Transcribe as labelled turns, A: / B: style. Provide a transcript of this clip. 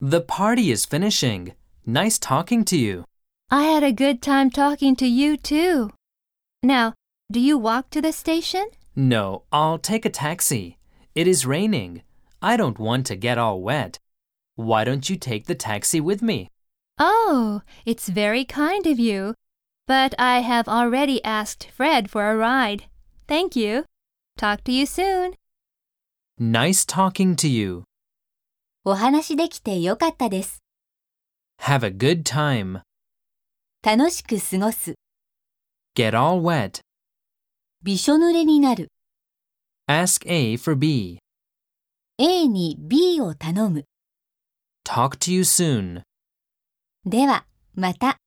A: The party is finishing. Nice talking to you.
B: I had a good time talking to you too. Now, do you walk to the station?
A: No, I'll take a taxi. It is raining. I don't want to get all wet. Why don't you take the taxi with me?
B: Oh, it's very kind of you. But I have already asked Fred for a ride. Thank you. Talk to you soon.
A: Nice talking to you.
C: お話できてよかったです。
A: Have a good time.
C: 楽しく過ごす。
A: Get all wet.
C: びしょ濡れになる。
A: Ask A for B.
C: A に B を頼む。
A: Talk to you soon.
C: では、また。